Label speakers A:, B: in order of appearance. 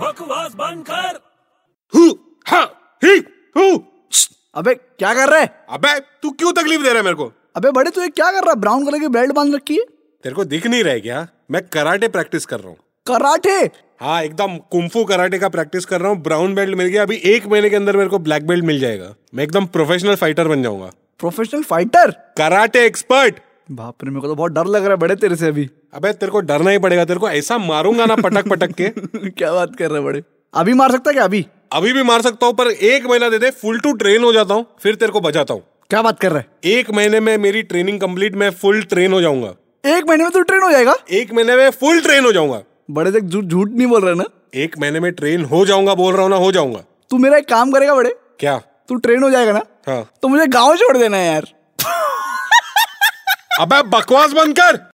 A: बकवास बंद कर
B: हु, हा, ही, हु।
C: अबे क्या कर रहा है
B: अबे तू क्यों तकलीफ दे रहा है मेरे को
C: अबे बड़े तू ये क्या कर रहा है ब्राउन कलर की बेल्ट बांध रखी है
B: तेरे को दिख नहीं रहा है क्या मैं कराटे प्रैक्टिस कर रहा हूँ
C: कराटे
B: हाँ एकदम कुंफू कराटे का प्रैक्टिस कर रहा हूँ ब्राउन बेल्ट मिल गया अभी एक महीने के अंदर मेरे को ब्लैक बेल्ट मिल जाएगा मैं एकदम प्रोफेशनल फाइटर बन जाऊंगा
C: प्रोफेशनल फाइटर
B: कराटे एक्सपर्ट
C: बाप रे मेरे को तो बहुत डर लग रहा है बड़े तेरे से अभी
B: अबे तेरे को डरना ही पड़ेगा तेरे को ऐसा मारूंगा ना पटक पटक के
C: क्या बात कर रहे हैं बड़े अभी मार सकता है क्या अभी
B: अभी भी मार सकता हूँ पर एक महीना दे दे फुल टू ट्रेन हो जाता हूँ फिर तेरे को बजाता हूँ
C: क्या बात कर रहा
B: एक महीने में मेरी ट्रेनिंग कंप्लीट मैं फुल ट्रेन हो जाऊंगा
C: है एक महीने में तू ट्रेन हो जाएगा
B: एक महीने में फुल ट्रेन हो जाऊंगा
C: बड़े देख झूठ झूठ नहीं बोल रहा है ना
B: एक महीने में ट्रेन हो जाऊंगा बोल रहा हूँ ना हो जाऊंगा
C: तू मेरा एक काम करेगा बड़े
B: क्या
C: तू ट्रेन हो जाएगा ना
B: हाँ
C: तो मुझे गांव छोड़ देना है यार
B: अबे बकवास बंद कर